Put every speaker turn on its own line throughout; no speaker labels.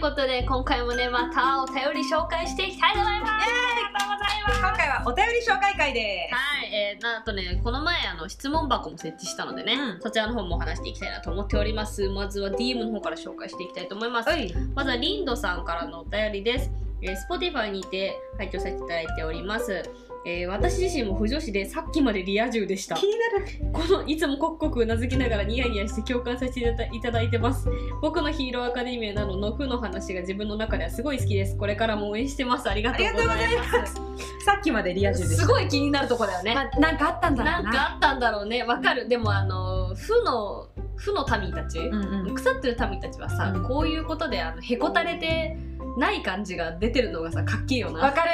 ことで今回もねまたお便り紹介していきたいと思います
今回はお便り紹介会です。
はい、えー、なんとねこの前あの質問箱も設置したのでね、
うん
そちらの方もお話していきたいなと思っておりますまずは DM の方から紹介していきたいと思います
はい、
まずはリンドさんからのお便りです。えー、Spotify にて拝聴させていただいております。えー私自身も不女子でさっきまでリア充でした。
気になる。
このいつもコクコクうなずきながらニヤニヤして共感させていただいただいてます。僕のヒーローアカデミアなどの負の話が自分の中ではすごい好きです。これからも応援してます。ありがとうございます。
さっきまでリア充でした。
すごい気になるとこだよね。
まあなんかあったんだろ
な
うんな。
かあったんだろうね。わかる。でもあの負の負の民たち。
うんうん。
腐ってる民たちはさ、
うん
こういうことであのへこたれてない感じが出てるのがさかっけえよ
わ
な
かる。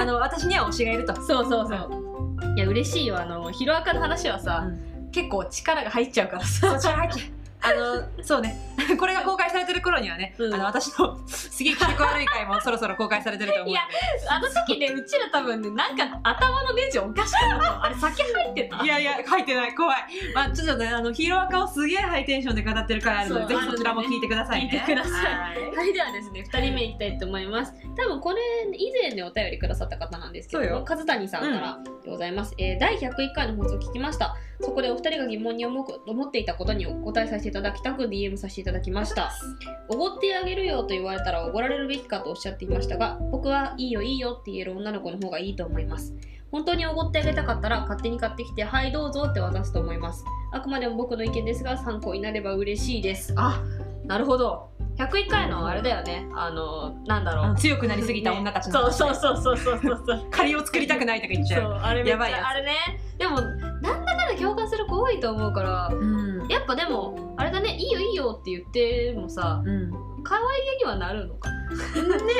あの私には推しがいると。
そうそうそういや嬉しいよあのヒロアカの話はさ、結構力が入っちゃうから
そ
さ
っち入っちゃう。あのそうね。これが公開されてる頃にはね、
うん
あの私のすげえ気色悪い回も そろそろ公開されてると思うん
い
で
や。あの時ねうちら多分ねなんか頭のネジおかしかったあれ酒入ってた
いやいや、書いてない、怖い。まあ、ちょっとね、あの、ヒーローアカをすげえハイテンションで語ってる回あるの
そ
で、
う
ぜひそちらも聞いてくださいね。
聞いてください
はい
はいではですね2人目いきたいと思います多分これ以前ねお便りくださった方なんですけ
そう
ど
よ
梶谷さんからでございます、えー第101回の放送を聞きましたそこでお二人が疑問に思う思っていたことにお答えさせていただきたく DM させていただきましたおごってあげるよと言われたらおごられるべきかとおっしゃっていましたが僕はいいよいいよって言える女の子の方がいいと思います本当におごってあげたかったら勝手に買ってきてはいどうぞって渡すと思いますあくまでも僕の意見ですが参考になれば嬉しいですあなるほど101回のあれだよねあのなんだ
あ
ろ
の
う
強くなりすぎた女たちの、
そうそうそうそうそうそうそう
仮を作りたくないとか言っちゃう。
あれめっちゃ
やばいやつ
あれねでもなんだかんだ共感する子多いと思うから
うん。
やっぱでもあれだねいいよいいよって言ってもさ
うん。
可愛げにはなるのかね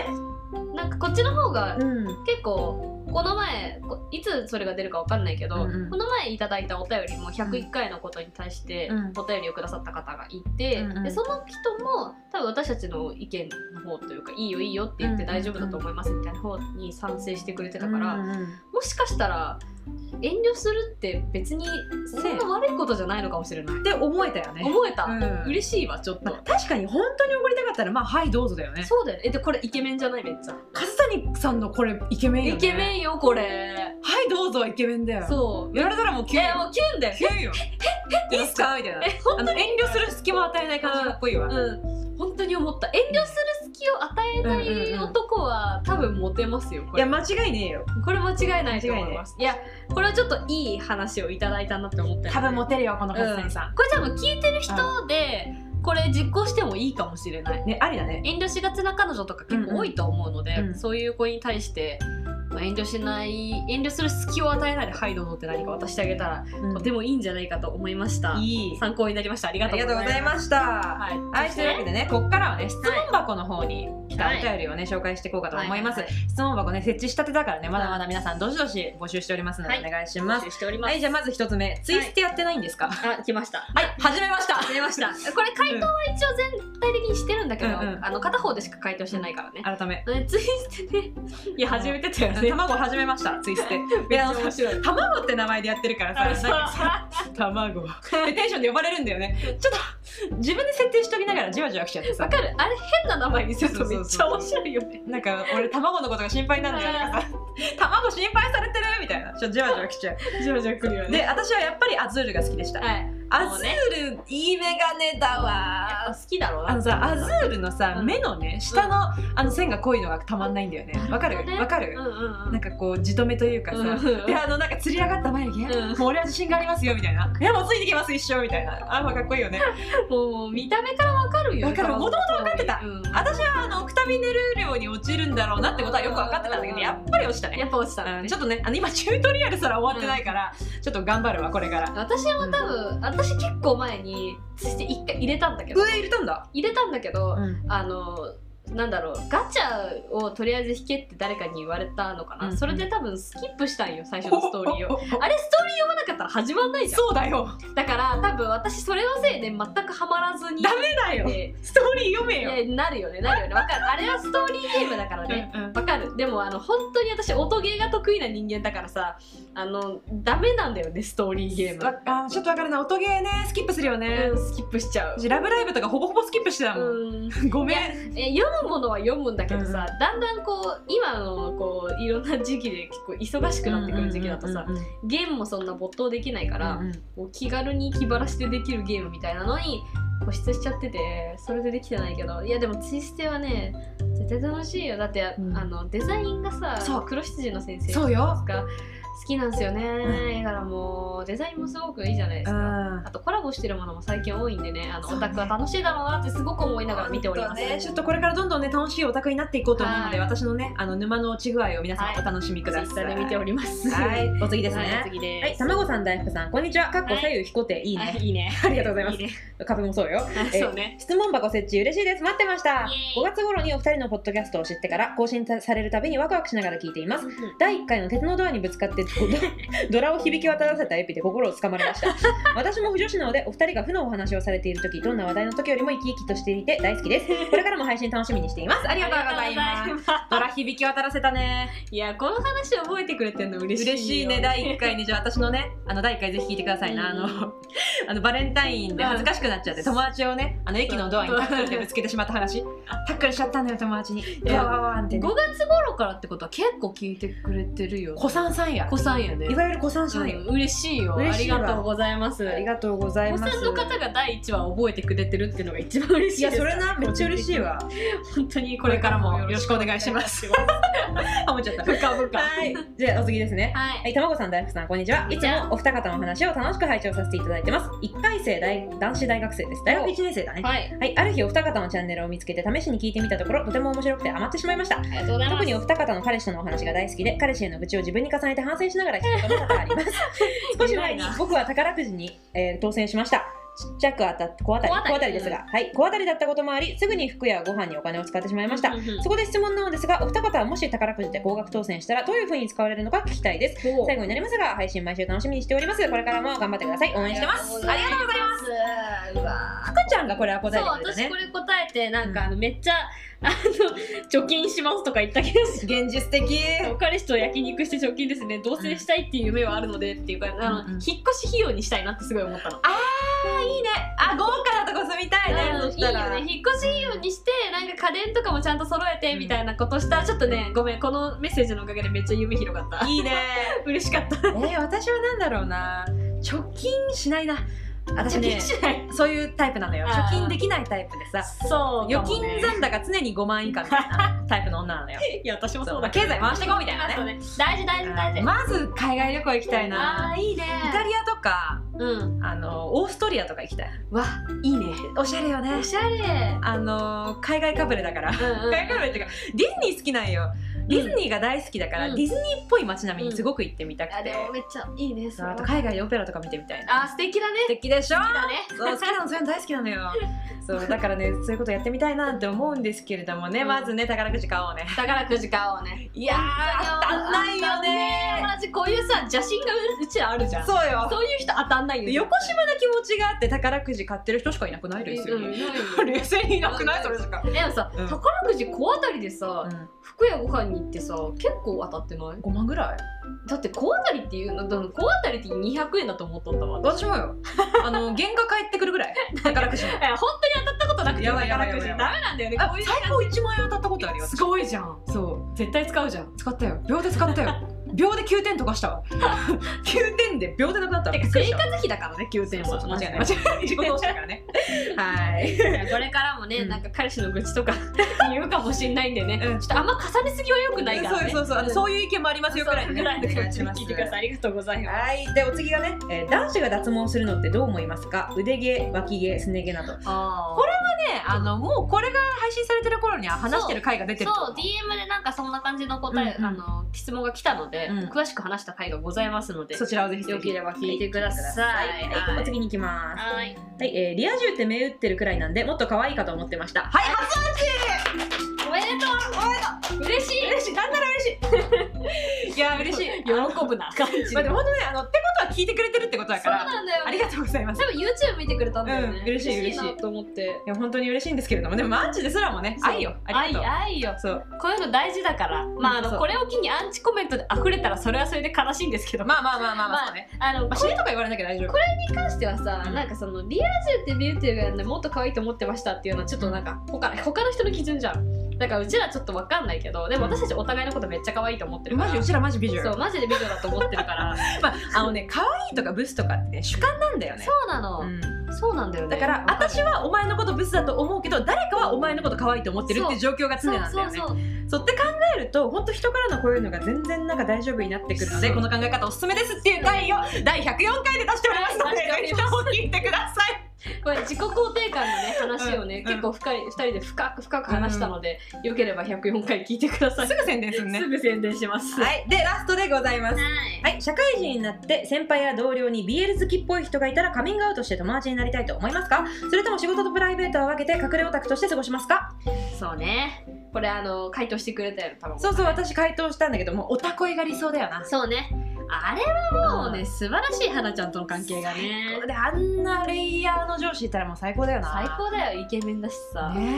なんかこっちの方が
うん。
結構この前こいつそれが出るかわかんないけど、
うんうん
この前いただいたお便りも101回のことに対して
うん
お便りをくださった方がいて、
うんうん
でその人も多分私たちの意見の方というか「いいよいいよ」って言って
うんうん
大丈夫だと思いますみたいな方に賛成してくれてた
だ
か、
からら、
もしかしたら遠慮するって別にそんな悪いことじゃないのかもしれない。
って思えたよね。
思えた、
うん
嬉しいわちょっと、
まあ確かに本当に怒りたかったらまあはいどうぞだよね。
そうだよねえでこれイケメンじゃないめっちゃ、
梶谷さんのこれイケメンよ、ね。
イケメ
ン。
ンよこれ
はいどうぞはイケメンだよ。
そう
やられたらもう
い
キュン
や。もうキュンだよ
キュンよ。いいっすかみたいな。
え本当
あの
に
遠慮する隙も与えない感じかっこいいわ。
うん本当に思った遠慮する隙を与えな
うんうんう
い
ん
男は多分モテますよこ
いや
れ
間違いねえよ。
これ間違いないと思いますいやこれはちょっといい話をいただいたなって思ったよね
多分モテるよこの梶
うん
谷さ
これ多分聞いてる人でこれ実行してもいいかもしれない
ん。ねありだね。
遠慮しがちな彼女とか結構多いと思うので、
うんうん
そういう子に対して、まあ、遠慮しない遠慮する隙を与えないで「はいどうぞ」って何か渡してあげたら、とてもいいんじゃないかと思いました
いい。
参考になりましたありが
あ
とう
り
ご
が
ざ
と
いう
ご
ます
ざいました。
はい、
はい、というわけでね、ここからはね、質問箱の方に来たお
はい
便りをね、紹介していこうかと思います
は。
質問箱ね、設置したてだからね、まだまだ皆さん、どしどし募集しておりますの
はい
で、お願いしま
募
す。
集しております、
はい、じゃあまず一つ目、ツイステやってないんですか
あ来ました
はい、始めました
始めましたこれ回答は一応全体的にしてるんだけど、
うんうん
あの片方でしか回答してないからね、
改め。
えツイステねいや始めてたよね
卵始めました、ツイステ。
めっちゃ面白い
卵って名前でやってるからさ、なんかさ
あ
卵。でテンションで呼ばれるんだよね。ちょっと、自分で設定しときながらじわじわ来ちゃって
そうわ
さ。
かるあれ変な名前にするとめっちゃ面白いよね
なんか俺卵のことが心配なんだよとかさ 卵心配されてるみたいなちょっとじわ じわ来ちゃう
じわじわくるよ
で私はやっぱりアズールが好きでした、
はい
アズール、いいメガネだ
や
わ
っぱ好きだろうな
あのさアズールのさ、
うん
目のね下のあの線が濃いのがたまんないんだよねわかる
なるほどね
わか
うん
る、
うんうん
なんかこうじとめというかさ、
うん
であのなんか釣り上がった眉毛、
うん
もう俺は自信がありますよみたいな「いやもうついてきます一生」みたいなあまあかっこいいよ ね
もう見た目からわかるよ
わかる元
々分か
ってた私はあのくたび寝る量に落ちるんだろうなってことはよく分かってたんだけどやっぱり落ちたね
やっぱ落ちた
う
ね
んちょっとねあの今チュートリアルすら終わってないから、ちょっと頑張るわこれから
私も多分私結構前にそして一回入れたんだけど
上入れたんだ、
入れたんだけど、
うん、
あのなんだろうガチャをとりあえず引けって誰かに言われたのかな、
うんうん
それで多分スキップしたんよ最初のストーリーを
を
あれストーリー読まなかったから始まんないじゃ
そうだよ
んだから多分私それのせいで全くハマらずに
ダメだよ
え
ストーリー読めよ、
えなるよねなるよねわかるあれはストーリーゲームだからね
うんうん
わかるでもあの本当に私音ゲーが得意な人間だからさあのダメなんだよねストーリーゲーム、
わあちょっとわかるな音ゲーねスキップするよね、
うん、スキップしちゃう
私ラブライブとかほぼほぼスキップしてたもん、
うん
ごめん
いやえ読むものは読むんだけどさ、だんだんこう今のこういろんな時期で結構忙しくなってくる時期だとさ
うんうんうん
ゲームもそんな没頭できないから、
うんうん
こう気軽に気晴らしでできるゲームみたいなのに固執しちゃっててそれでできてないけどいやでもツイステはね絶対楽しいよだって、
うん
あのデザインがさ
そう
黒羊の先生
そうよ
が好きなんですよね、
ん
だからもうデザインもすごくいいじゃないで
う
すか、
ん
あとコラボしてるものも最近多いんでねあの
そう
オ
ね
タクは楽しいだろうなってすごく思いながら見ております、
本当ねちょっとこれからどんどんね楽しいオタクになっていこうと思うので、
はい
私のねあの沼の落ち具合を皆さ
はい
んお楽しみく
ツイ
だ
ッタ
さい。
ーで見ております
はい、 お次です
はい
ね。
次で
はい、
す、
卵さん大福さんこんにちは。かっこ左右非固定いい
あ
ね。
いいね
ありがとうございます
いね
株もそうよ。
あ
え
そうね
質問箱設置嬉しいです待ってました
イエーイ
5月頃にお二人のポッドキャストを知ってから更新されるたびにワクワクしながら聞いています第1回の鉄のドアにぶつか ってドドラを響き渡らせたエピで心をつかまれました私も不女子なのでお二人が負のお話をされている時どんな話題の時よりも生き生きとしていて大好きですこれからも配信楽しみにしていますありがとうございます
す
ドラ響き渡らせたね
いやこの話覚えてくれてんの嬉しいよ
嬉しいね第1回にじゃあ私の ねあの第1回ぜひ聞いてくださいなあ
うん
の あのバレンタインで恥ずかしくなっちゃって友達をねあの駅のドアにタックルでぶつけてしまった話タックルしちゃったんだよ友達に
や
わわわんって
5月頃からってことは結構聞いてくれてるよ
子さんさんや
子さんやね
いわゆる子さんさんよ
うん嬉しいよ
嬉しいわ
ありがとうございます
ありがとうござい
子
ま
さ
す
んの方が第1話覚えてくれてるっていうのが一番嬉しいで
いや
す
それなめっちゃ嬉しいわ
本当に
これからもよろしくお願いします。 あ、もうちょっ と。
深々
はい。じゃあ、お次ですね。
はい
はい、たまごさん、大福さん、こんにちは。いつもお二方のお話を楽しく拝聴させていただいてます。一回生大、男子大学生です。大学一年生だね。
はい
はい、ある日お二方のチャンネルを見つけて試しに聞いてみたところとても面白くて余ってしまいました
ありがとうございます
特にお二方の彼氏とのお話が大好きで彼氏への愚痴を自分に重ねて反省しながら聞くことが多々あり ます少し前に僕は宝くじに、えー当選しましたちっちゃく当たって小当たり
小当
小
たり
当たりですが、はい、小当たりだったこともありすぐに服やご飯にお金を使ってしまいました
うんうんうん
そこで質問なのですがお二方はもし宝くじで高額当選したらどういうふうに使われるのか聞きたいです
お
最後になりますが配信毎週楽しみにしておりますこれからも頑張ってください応援してます
ありがとうございますうわー
赤ちゃんがこれは答
そ
え
う
てくれた
私
ね
これ答えてなんか
うん
あのめっちゃあの貯 金しますとか言ったけど
現実的
彼氏と焼肉して貯金ですね同棲したいっていう夢はあるのでっていうか、あの
うんうん
引っ越し費用にしたいなってすごい思ったの。
いいねあ豪華なとこ住みたいね、
うん
そ
いい
した
よ
ら
ね引っ越し費用にしてなんか家電とかもちゃんと揃えてみたいなことしたらちょっとねごめんこのメッセージのおかげでめっちゃ夢広がった
いいね
嬉しかった
えー、私はなんだろうな貯金しないな私
貯金
ね
しない
そういうタイプなのよ
あー
貯金できないタイプでさ
そうか
預
もね、
金残高常に5万以下みたいなタイプの女なの よ
いや私も
そ
そうう
まあ
だ
経済回していこうみたい
あ
な
そう
ね
ね大事大事大事、
まず海外旅行行きたい
あ
な
ーいいね
イタリアとか
うん
あのオーストリアとか行きたい
わいいね
おしゃれよね
おしゃれ
あの海外かぶれだから
うんうん
海外かぶれっていうかディズニー好きなんよディズニーが大好きだから、
うん
ディズニーっぽい街並みにすごく行ってみた
あ
くて、
でもめっちゃいいねそ
そう
れ
あと海外でオペラとか見てみたいな
あ素敵だね
素敵でしょ
だね
そう好きなのそういうの大好きなの よそうだからねそういうことやってみたいなって思うんですけれどもね、
うん
まずね宝くじ買おうね
宝くじ買おうね
いやー当たんないよね
同じこういうさ邪神がうちらあるじゃんそう
そうよ
いう人当たんないよね
横島な気持ちがあって宝くじ買ってる人しかいなくないですよ、
うん
ね
いないよ
冷静にいなくな
う
い
ん
それしか、
でもさ、
うん
宝くじ小当たりでさ、
う
服やご飯に行ってさ結構当たってない
ん、5万ぐらい
だって小当たりっていうのでも小当たりって200円だと思っとったわ
私も よあの原価返ってくるぐらい宝くじの
いや本当に当たったことなくて
やばいやばい
宝くじ
や
ダメ
ばいやば
なんだよね
あ
こういう
最高1万円当たったことあるよ
すごいじゃん
そう
絶対使うじゃん
使ったよ秒で使ったよ秒で9点とかした わ9点で秒でなくなったわ
て
び
か
っくり
生
した
活費だからね9 0
そうそう
は
そう間違いない
間違
間違いない仕事をしたからねはい
いないこれからもね、
うん
なんか彼氏の愚痴とか言うかもしんないんでね、
うん
ちょっとあんま重ねすぎはよくないからね
そうそうそう、あの
ん
そういう意見もありますよくらい
ぐらいの感じで
ね
聞いてください。ありがとうございます。
はい、でお次がね、えー男子が脱毛するのってどう思いますか腕毛、脇毛、すね毛などね、
こ
あのもうこれが配信されてる頃には話してる回が出て
れ
ると
そう DM でなんかそんな感じの答え、
うんうん
あの質問が来たので、
うん
詳しく話した回がございますので、
そちらをぜひぜひ
よければ聞いてください。
はいはい、お次に行きます
はい。
はい、えーリア充って銘打ってるくらいなんでもっと可愛いかと思ってましたはい、
おめめでとう嬉しい
嬉しいなんなら嬉しいいや嬉し い
喜ぶ な感じ
まあでも本当ねあのってことは聞いてくれてるってことだ
そ
か
う
ら
なんだよ
あり
ね
がとうございますい
多分 YouTube 見てくれたんだよね
うん嬉しい
な
嬉しい
と思って
や本当に嬉しいんですけれどもでもアンチですらもね愛よありがとう
愛愛よ
そう
こういうの大事だからまああ
そ
の
う
これを機にアンチコメントで溢れたらそれはそれで悲しいんですけど
まあまあまあまあまあそうね
あの
まあ
こ
死ねとか言われなきゃ大丈夫
れに関してはさ、
うん
なんかそのリア充ってビューティーが、ね、もっと可愛いと思ってましたっていうのはちょっとなんか他他の人の基準じゃんだからうちらちょっとわかんないけどでも私たちお互いのことめっちゃ可愛いと思ってるか
マ
ら
ジうちらマジ美女
そう
よ
マジで美女だと思ってるから
まああのね可愛いとかブスとかってね主観なんだよね
そうなの、
うん
そうなんだよね
だから私はお前のことブスだと思うけど誰かはお前のこと可愛いと思ってるっていう状況が常なんだよね
そうそうそう
そうって考えると本当人からのこういうのが全然なんか大丈夫になってくるの
そ
で
う
この考え方おすすめですっていう回を第104回で出しておりますの
はい出しており
でぜひとも聞いてください
これ自己肯定感のね話をね、
うん
結構深い2人で深く深く話したので、よければ104回聞いてください
すぐ宣伝するね
すぐ宣伝します
はいでラストでございます
はい
はい、社会人になって先輩や同僚に BL 好きっぽい人がいたらカミングアウトして友達になりたいと思いますかそれとも仕事とプライベートを分けて隠れオタクとして過ごしますか
そうねこれあの回答してくれたよ多分
そうそう私回答したんだけどもうオタ恋が理想だよな
そうねあれはもうね、素晴らしい花ちゃんとの関係がね
最高であんなレイヤーの上司いたらもう最高だよな
最高だよイケメンだしさ、
ね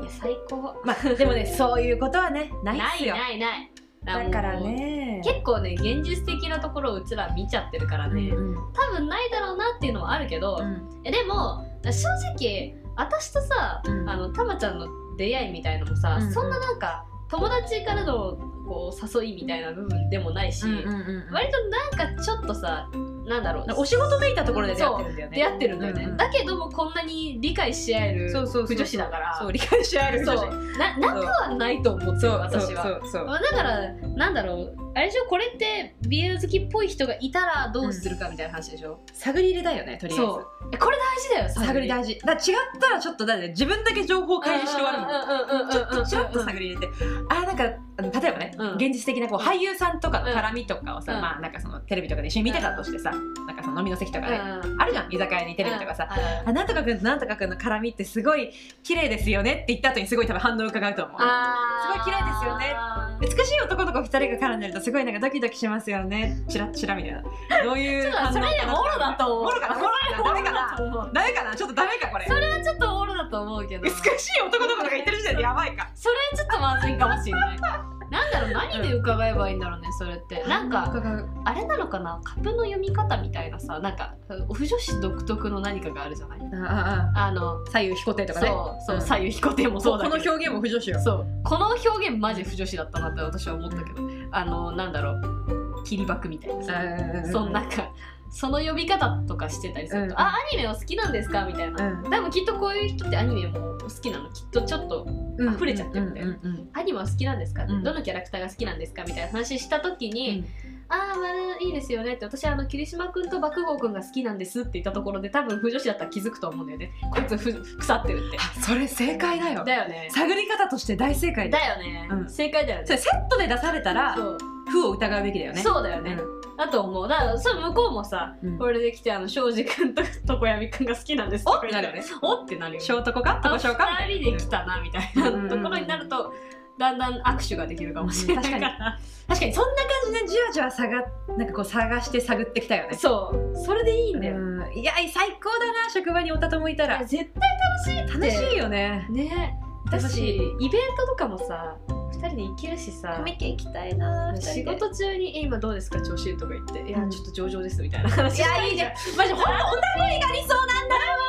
いや最高
えまあでもねそういうことはねない
な
っす
い
よ
ないない
だから
もう
ね
結構ね現実的なところをうちら見ちゃってるからね、
うん
多分ないだろうなっていうのはあるけど、
うん
えでも正直私とさ、
うん
あのたまちゃんの出会いみたいのもさ、
うんうん
そんななんか友達からのこう誘いみたいな部分でもないし、
うんうんうん
割となんかちょっとさなんだろう
お仕事めいたところで出会ってるんだよね
出会ってるんだよね、
うんうん
だけどもこんなに理解し合える
そうそうそう
不女子だから
そう理解し合える
そ
女
う
子
ななくはないと思って
そ
る
う
私は
そうそうそう
まあだからなんだろうあれでしょこれって BL 好きっぽい人がいたらどうするかみたいな話でしょ、
探り入れだよねとりあえず
そうえこれ大事だよ
探り
事
大事だから違ったらちょっとだって自分だけ情報を開示して終わるもんちょっとちょっと探り入れてあーなんかあの例えばね、
うん
現実的なこう俳優さんとかの絡みとかをさ、
うん
まあなんかそのテレビとかで一緒に見てたとしてさ、なんかその飲みの席とかで、
うん
あるじゃん居酒屋にテレビとかさ、
あ
あなんとかくんとなんとかくんの絡みってすごい綺麗ですよねって言った後にすごい多分反応を伺うと思う
あ
すごい綺麗ですよね美しい男の子二人が絡んでるとすごいなんかドキドキしますよねチラッチラみたいなどういう
ちょっとそれねモロだと思う
モロかなモロかなダメかな
と思う
ダメかなちょっとダメかこれ
それはちょっとオールだと思うけど
美しい男の子とか言ってる時点でやばいか
それはちょっとまずいかもしれないなんだろう何で伺えばいいんだろうねそれってなんか
伺う
あれなのかなカップの読み方みたいなさなんか不女子独特の何かがあるじゃない
あああ
あの
左右非固定とかね
そうそう、
うん
左右非固定もそうだけど
この表現も不女子よ
そうこの表現マジ不女子だったなって私は思ったけどあのなんだろう切り爆みたいなさそんなんかその呼び方とかしてたりすると「
うん
あアニメを好きなんですか?」みたいな、多
う
分きっとこういう人ってアニメも好きなのきっとちょっと
ん
溢れちゃってるんだよ
うんうん
「アニメは好きなんですか?」って、
うん
どのキャラクターが好きなんですか?」みたいな話した時に「ああまあいいですよね」って私あの桐島君と爆豪君が好きなんですって言ったところで多分不女子だったら気づくと思うんだよねこいつふ腐ってるって
あそれ正解だよ
だよね
探り方として大正解だよ
だよね、
うん
正解だよね
それセットで出されたら
そう
負を疑うべきだよね
そうだよね、だと思うだからそれ向こうもさ、
うん
これで来てあの庄司君と常闇君が好きなんです
おってなるよね
おってなるよね
ショートコか
あ
と
の
こしょうか
2人で来たなみたいなところになると、だんだん握手ができるかもしれないから、
確かにそんな感じでじわじわ下がなんかこう探して探ってきたよね
そうそれでいいんだよ、
うんいや最高だな職場におたともいた
いや
ら
絶対楽しいって
楽しいよね
ねだ
楽し
し
い
イベントとかもさ2人で行けるしさ
ケ行きたいな
仕
仕事
事中にえ「今どうですか調子いい」とか言って「いや
うん
ちょっと上々です」みたいな話
いやいいじゃんマジほんとおたこいが理想なんだ
楽し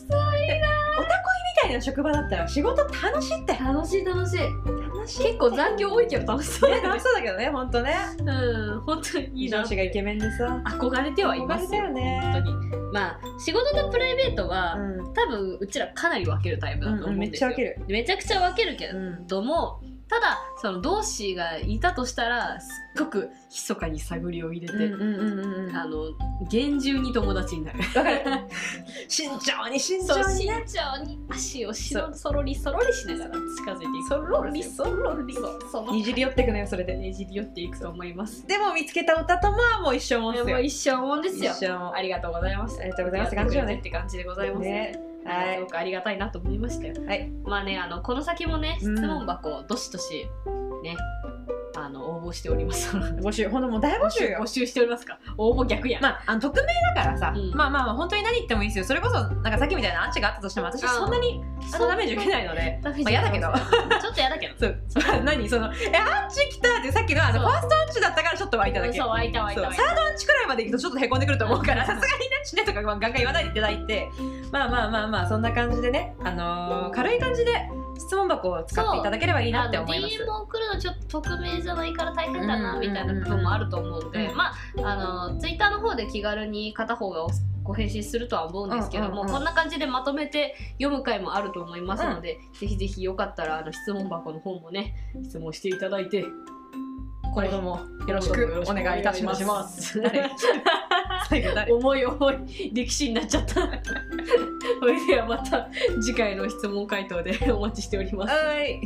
そう
おたこいみたいな職場だったら仕事楽しいって
楽しい楽しい
楽しい
結構残業多いけど楽しそうだよね
楽しそうだけどね本当ね
うん、本当にいいな
上司がイケメンでさ
憧れてはいますよ
憧れだよね
本当にまあ仕事とプライベートは、
うん
多分うちらかなり分けるタイプだと思うん
めっ
です
ちゃ
よ、
分ける
めちゃくちゃ分けるけどもただその同志がいたとしたらすっごく密かに探りを入れて、あの厳重に友達になる
分かる慎重に 慎
そう
重に
慎
ね
重に足をしろ
そ
そろりそろりしながら近づいていく
そろりそろり
そうその
にじり寄ってくのよそれで
ねじり寄っていくと思います
でも見つけたおたともはもう一生もんっす
も
よ
う一生もんですよ
一生もん
ありがとうございます
ありがとうございます頑張ろうね
って感じでございますねなん
ね
か
はい
すごくありがたいなと思いましたよ。
はい
まあねあのこの先もね質
うん
問箱をどしどしね、あの応募しております。募
募集ほんともう大募集よ
募集しておりますか。応募逆やん。
まあ、あの匿名だからさ、
うん
まあまあまあ本当に何言ってもいいですよそれこそなんかさっきみたいなアンチがあったとしても私
あー
そんなにあのダメージ受けないので
ダメージ
まあ嫌だけど
ちょっと嫌だ けど。
そう 何その「えアンチ来た!」ってさっきのあの
そう
ファーストアンチだったからちょっと湧いただけ
そう湧いた湧いた
そう
湧い
サ
た。
ードアンチくらいまで行くとちょっとへこんでくると思うから
うん
さすがにね死ねとかガンガン言わないでいただいてまあまあまあまあそんな感じでね、あのー軽い感じで質問箱を使っていただければいいなって思います
DM を送るのちょっと匿名じゃないから大変だな
うん
みたいな部分もあると思うので、
うん
まああのツイッターの方で気軽に片方がおご返信するとは思うんですけども、
うんうんうん
こんな感じでまとめて読む回もあると思いますので、ぜひぜひよかったらあの質問箱の方もね質問していただいて
今後ともよろしくお願いいたします
お願いします
誰最後誰
重い重い歴史になっちゃったそれではまた次回の質問回答でお待ちしております。
はい